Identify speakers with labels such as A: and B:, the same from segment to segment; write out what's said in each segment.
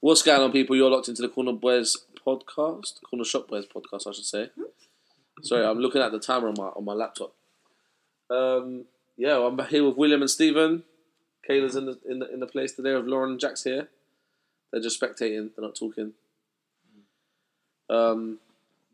A: What's going on, people? You're locked into the Corner Boys podcast, Corner Shop Boys podcast, I should say. Sorry, I'm looking at the timer on my on my laptop. Um, yeah, well, I'm back here with William and Stephen. Kayla's in the in the, in the place today. With Lauren and Jack's here. They're just spectating. They're not talking. Um,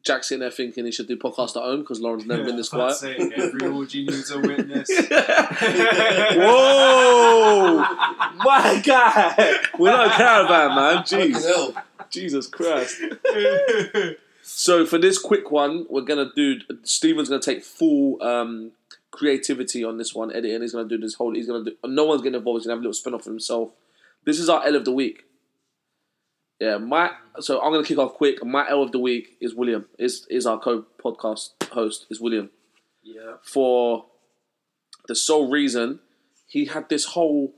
A: Jack's in there thinking he should do podcast at home because Lauren's never been this quiet.
B: That's it. Every orgy needs a witness.
A: Whoa! Oh, My God! We're not a caravan, man. Jeez. Jesus Christ. So for this quick one, we're gonna do. Steven's gonna take full um, creativity on this one, editing. He's gonna do this whole. He's gonna do. No one's getting involved. He's gonna have a little spin off of himself. This is our L of the week. Yeah, my. So I'm gonna kick off quick. My L of the week is William. Is is our co podcast host is William
B: yeah.
A: for the sole reason he had this whole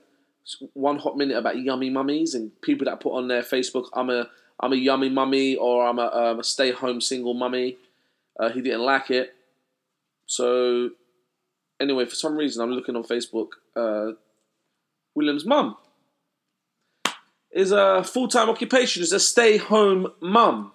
A: one hot minute about yummy mummies and people that put on their Facebook, I'm a I'm a yummy mummy or I'm a, um, a stay home single mummy. Uh, he didn't like it. So anyway, for some reason, I'm looking on Facebook. Uh, William's mum is a full time occupation is a stay home mum.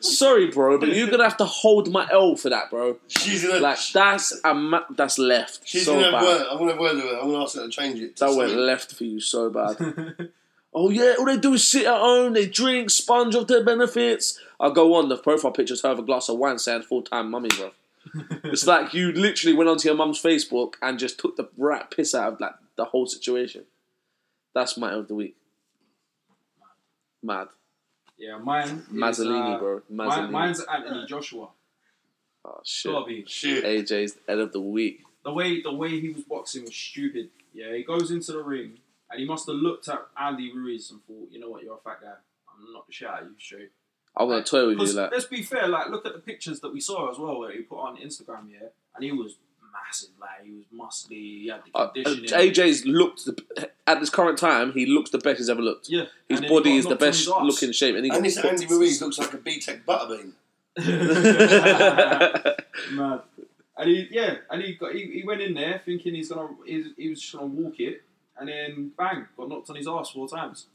A: Sorry, bro, but you're gonna have to hold my L for that, bro.
C: She's gonna.
A: Like that's a ma- that's left
C: she's
A: so
C: gonna. Have
A: bad.
C: word, I'm gonna have word with her. I'm gonna ask her to change it. to
A: That went
C: something.
A: left for you so bad. oh yeah, all they do is sit at home, they drink, sponge off their benefits. I go on the profile pictures, her with a glass of wine, saying full time mummy, bro. it's like you literally went onto your mum's Facebook and just took the rat piss out of like the whole situation. That's my of the week. Mad.
B: Yeah, mine. is,
A: Mazzolini,
B: uh,
A: bro.
B: mine-
A: Mazzolini.
B: mine's Anthony Joshua.
A: oh shit.
B: Gotta be.
C: Shit.
A: AJ's end of the week.
B: The way the way he was boxing was stupid. Yeah, he goes into the ring and he must have looked at Andy Ruiz and thought, you know what, you're a fat guy. I'm not the shit out of you straight.
A: I'm gonna toy with you,
B: Because
A: like
B: let's be fair, like look at the pictures that we saw as well that he put on Instagram, yeah, and he was massive, like he was muscly, he had the
A: Uh,
B: conditioning.
A: AJ's looked the, at this current time. He looks the best he's ever looked.
B: yeah,
A: His
B: and then he
A: body
B: got
A: is the
B: knocked on his
A: best
B: arse.
A: looking shape, and he
C: And
A: got
C: this Andy Ruiz looks like a BTEC butterbean.
B: Mad. And he, yeah, and he got he, he went in there thinking he's gonna he's, he was just gonna walk it, and then bang, got knocked on his ass four times.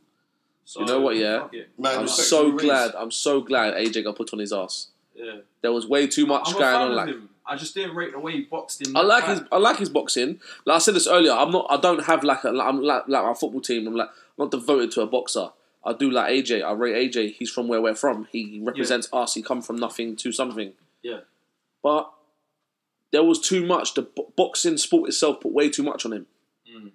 B: So
A: You know what, yeah?
B: fuck it.
C: Man,
A: I'm
C: respect
A: so
C: to Ruiz.
A: glad. I'm so glad AJ got put on his ass.
B: yeah.
A: There was way too much
B: I'm a
A: going
B: fan
A: on.
B: of
A: Like
B: him. I just didn't rate the way he boxed him.
A: I like his I like his boxing. Like I said this earlier, I'm not. I don't have like a, like- I'm like like our football team. I'm like I'm not devoted to a boxer. I do like AJ. I rate AJ. He's from where we're from. He represents us. He come from nothing to something.
B: Yeah.
A: But there was too much. The bo- boxing sport itself put way too much on him.
B: Mm.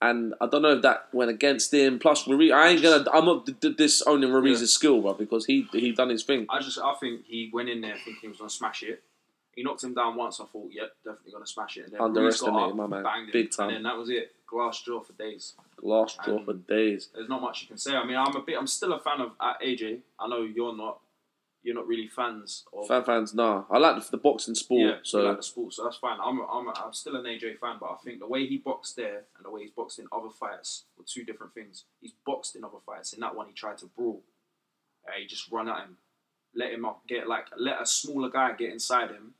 A: And I don't know if that went against him. Plus, Ruiz, I ain't gonna. I'm not d- d- disowning Ruiz's skill, bro, because he he done his thing.
B: I just I think he went in there thinking he was gonna smash it. He knocked him down once. I thought, yep, definitely gonna smash it. And then Ruiz got
A: Underestimated
B: up,
A: my man.
B: banged him,
A: Big time.
B: And then that was it. Glass jaw for days.
A: Last draw for days.
B: there's not much you can say. I mean, I'm a bit, I'm still a fan of uh, AJ. I know you're not, you're not really fans of
A: Fan fans, nah. I like the, the boxing sport.
B: yeah,
A: so
B: you like the sport, so that's fine. I'm, a, I'm, a, I'm still an AJ fan, but I think the way he boxed there and the way he's boxed in other fights were two different things. He's boxed in other fights. In that one, he tried to brawl. Uh, he just run at him, let him up, get like let a smaller guy get inside him.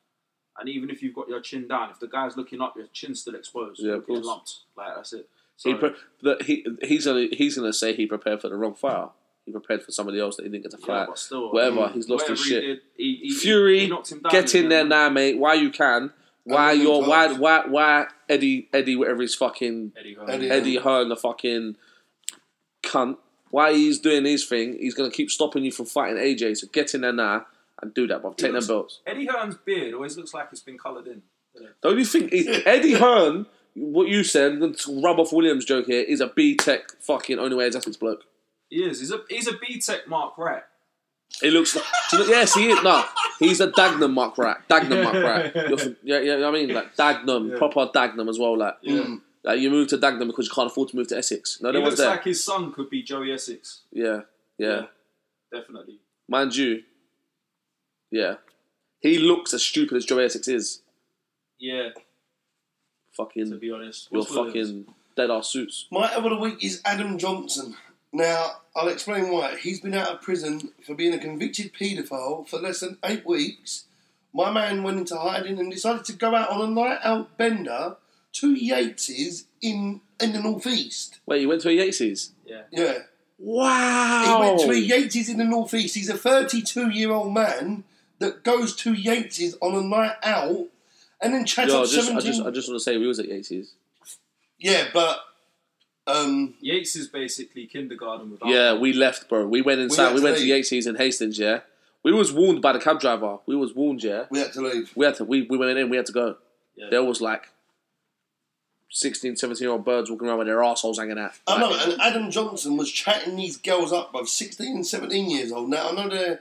B: And even if you've got your chin down, if the guy's looking up, your chin's still exposed.
A: Yeah,
B: You're
A: of
B: getting
A: course.
B: lumped. Like that's it. So,
A: he pre- that he he's gonna he's gonna say he prepared for the wrong fight. He prepared for somebody else that he didn't get to
B: yeah,
A: fight.
B: but still,
A: Whatever, he's lost
B: Whatever
A: his
B: he
A: shit.
B: did, he- he- he-
A: Fury,
B: he knocked him down
A: Get in
B: and
A: there
B: then-
A: now, mate. Why you can? Why
C: I'm in
A: you're why
C: charge.
A: why why Eddie Eddie whatever he's fucking
B: Eddie Hearn.
C: Eddie. Yeah.
A: Eddie Hearn the fucking cunt. Why he's doing his thing? He's gonna keep stopping you from fighting AJ. So get in there now and do that, bruv. Take them
B: looks-
A: belts.
B: Eddie Hearn's beard always looks like it's been coloured in.
A: Don't you think it- Eddie Hearn? What you said, to rub off Williams' joke here, is a B Tech fucking only way athletes bloke.
B: He is. He's a he's a B Tech Mark Right.
A: He looks. Like, do you know- yes, he is. No, he's a Dagnum muck rat. Dagnum muck rat. You're from- yeah, yeah. you know what I mean, like Dagnum,
B: Yeah.
A: proper Dagnum as well. Like, like you move to Dagnum because you can't afford to move to Essex. No,
B: He
A: no
B: looks
A: one's there.
B: like his son could be Joey Essex.
A: yeah, yeah,
B: Definitely.
A: Mind you, yeah, he looks as stupid as Joey Essex is.
B: Yeah, to
A: Fucking,
B: be honest.
A: your
B: What's Williams?
A: fucking dead ass suits.
C: My over the week is Adam Johnson. Now, I'll explain why. He's been out of prison for being a convicted paedophile for less than eight weeks. My man went into hiding and decided to go out on a night out bender to Yates's in in the northeast.
A: Wait, you went to a Yates's?
B: Yeah.
C: Yeah.
A: Wow.
C: He went to a
A: Oh.
C: Yates in the northeast. He's a 32 year old man that goes to Yates's on a night out and then chats
A: Yo, I
C: up
A: just, I
C: 17.
A: just, I just want to say we was at Yates's.
C: yeah, but um,
B: Yates is basically kindergarten without.
A: Yeah, we left, bro. We went inside.
C: had
A: We,
C: to
A: went to
C: leave.
A: Yates's in Hastings. Yeah, we was warned by the cab driver. We was warned. Yeah,
C: we had to leave.
A: we had to. We, we went in. We had to go.
B: Yeah.
A: There was like 16, 17 year old birds walking around with their assholes hanging out.
C: I know, and Adam Johnson was chatting these girls up, bruv, 16 and 17 years old. Now, I know they're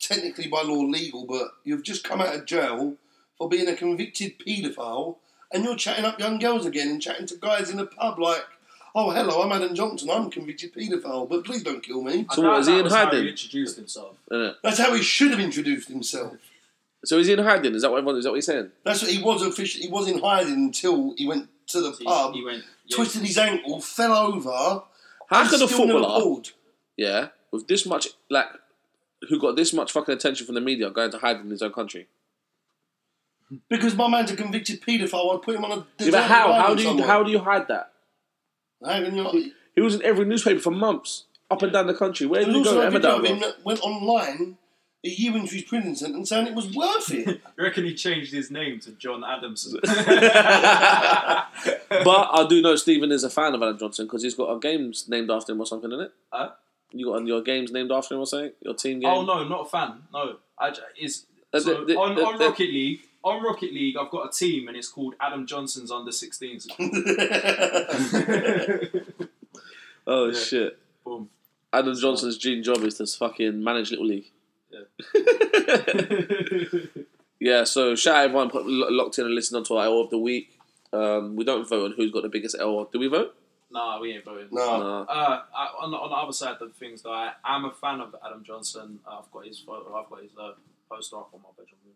C: technically by law legal, but you've just come out of jail for being a convicted paedophile and you're chatting up young girls again and chatting to guys in a pub like, oh, hello, I'm Adam Johnson, I'm a convicted paedophile, but please don't kill me.
B: I
A: So
B: doubt
A: what, is he
B: that
A: in
B: was how
A: hiding? Uh,
B: He introduced himself.
A: Innit?
C: That's how he should have introduced himself.
A: So is he in hiding? Is that what everyone? Is that what he's saying?
C: That's what he was officially. He was in hiding until he went to the
B: He,
C: pub,
B: he went. Yates-
C: um, twisted his ankle, fell over.
A: How
C: and
A: could a
C: still not
A: footballer?
C: pulled.
A: oh, yeah, with this much like who got this much fucking attention from the media going to hide in his own country.
C: Because my man's a convicted paedophile, I'd put him on a.
A: Yeah, but how how do you how do you hide that?
C: you? How can you?
A: He was in every newspaper for months, up and down the country. Where did
C: There's
A: he go?
C: also a video
A: Emmerdale.
C: of him
A: bro.
C: that went online a year into his prison sentence saying it was worth it.
B: You reckon he changed his name to John Adamson?
A: But I do know Stephen is a fan of Adam Johnson because he's got a games named after him or something in it.
B: Huh?
A: You got your games named after him or something? Your team game?
B: oh no, not a fan. No, I j- is
A: Uh,
B: so
A: the- the-
B: on,
A: the-
B: on
A: the-
B: Rocket League. On Rocket League, I've got a team and it's called Adam Johnson's Under 16s.
A: Oh
B: Yeah.
A: shit!
B: Boom.
A: Adam Johnson's dream job is to fucking manage little league. Yeah, so shout out everyone put, lo- locked in and listened to our L of the week. Um, we don't vote on who's got the biggest L. Do we vote?
B: nah, we ain't voting.
C: no.
A: Nah.
B: Uh, I, on, the, on the other side of things, though, I am a fan of Adam Johnson. I've got his photo. I've got his uh, poster up on my bedroom wall.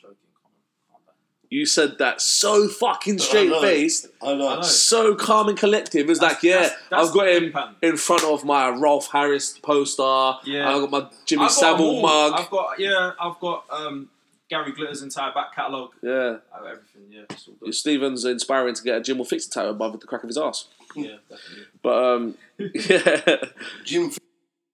B: Joking, come on, calm down.
A: You said that so fucking straight faced,
C: I know.
B: I know.
A: so calm and collective. It's like, yeah,
B: that's- that's
A: I've got him
B: pan.
A: in front of my Rolf Harris poster.
B: Yeah.
A: I've got my
B: I've
A: Jimmy
B: got them
A: Savile
B: all.
A: mug.
B: I've got yeah. I've got um, Gary Glitter's entire back catalogue.
A: yeah,
B: I've got everything. Yeah, it's all good.
A: Stevens inspiring to get a Jim will fix the title above the crack of his ass.
B: Yeah, definitely.
A: But um, yeah,
C: Jim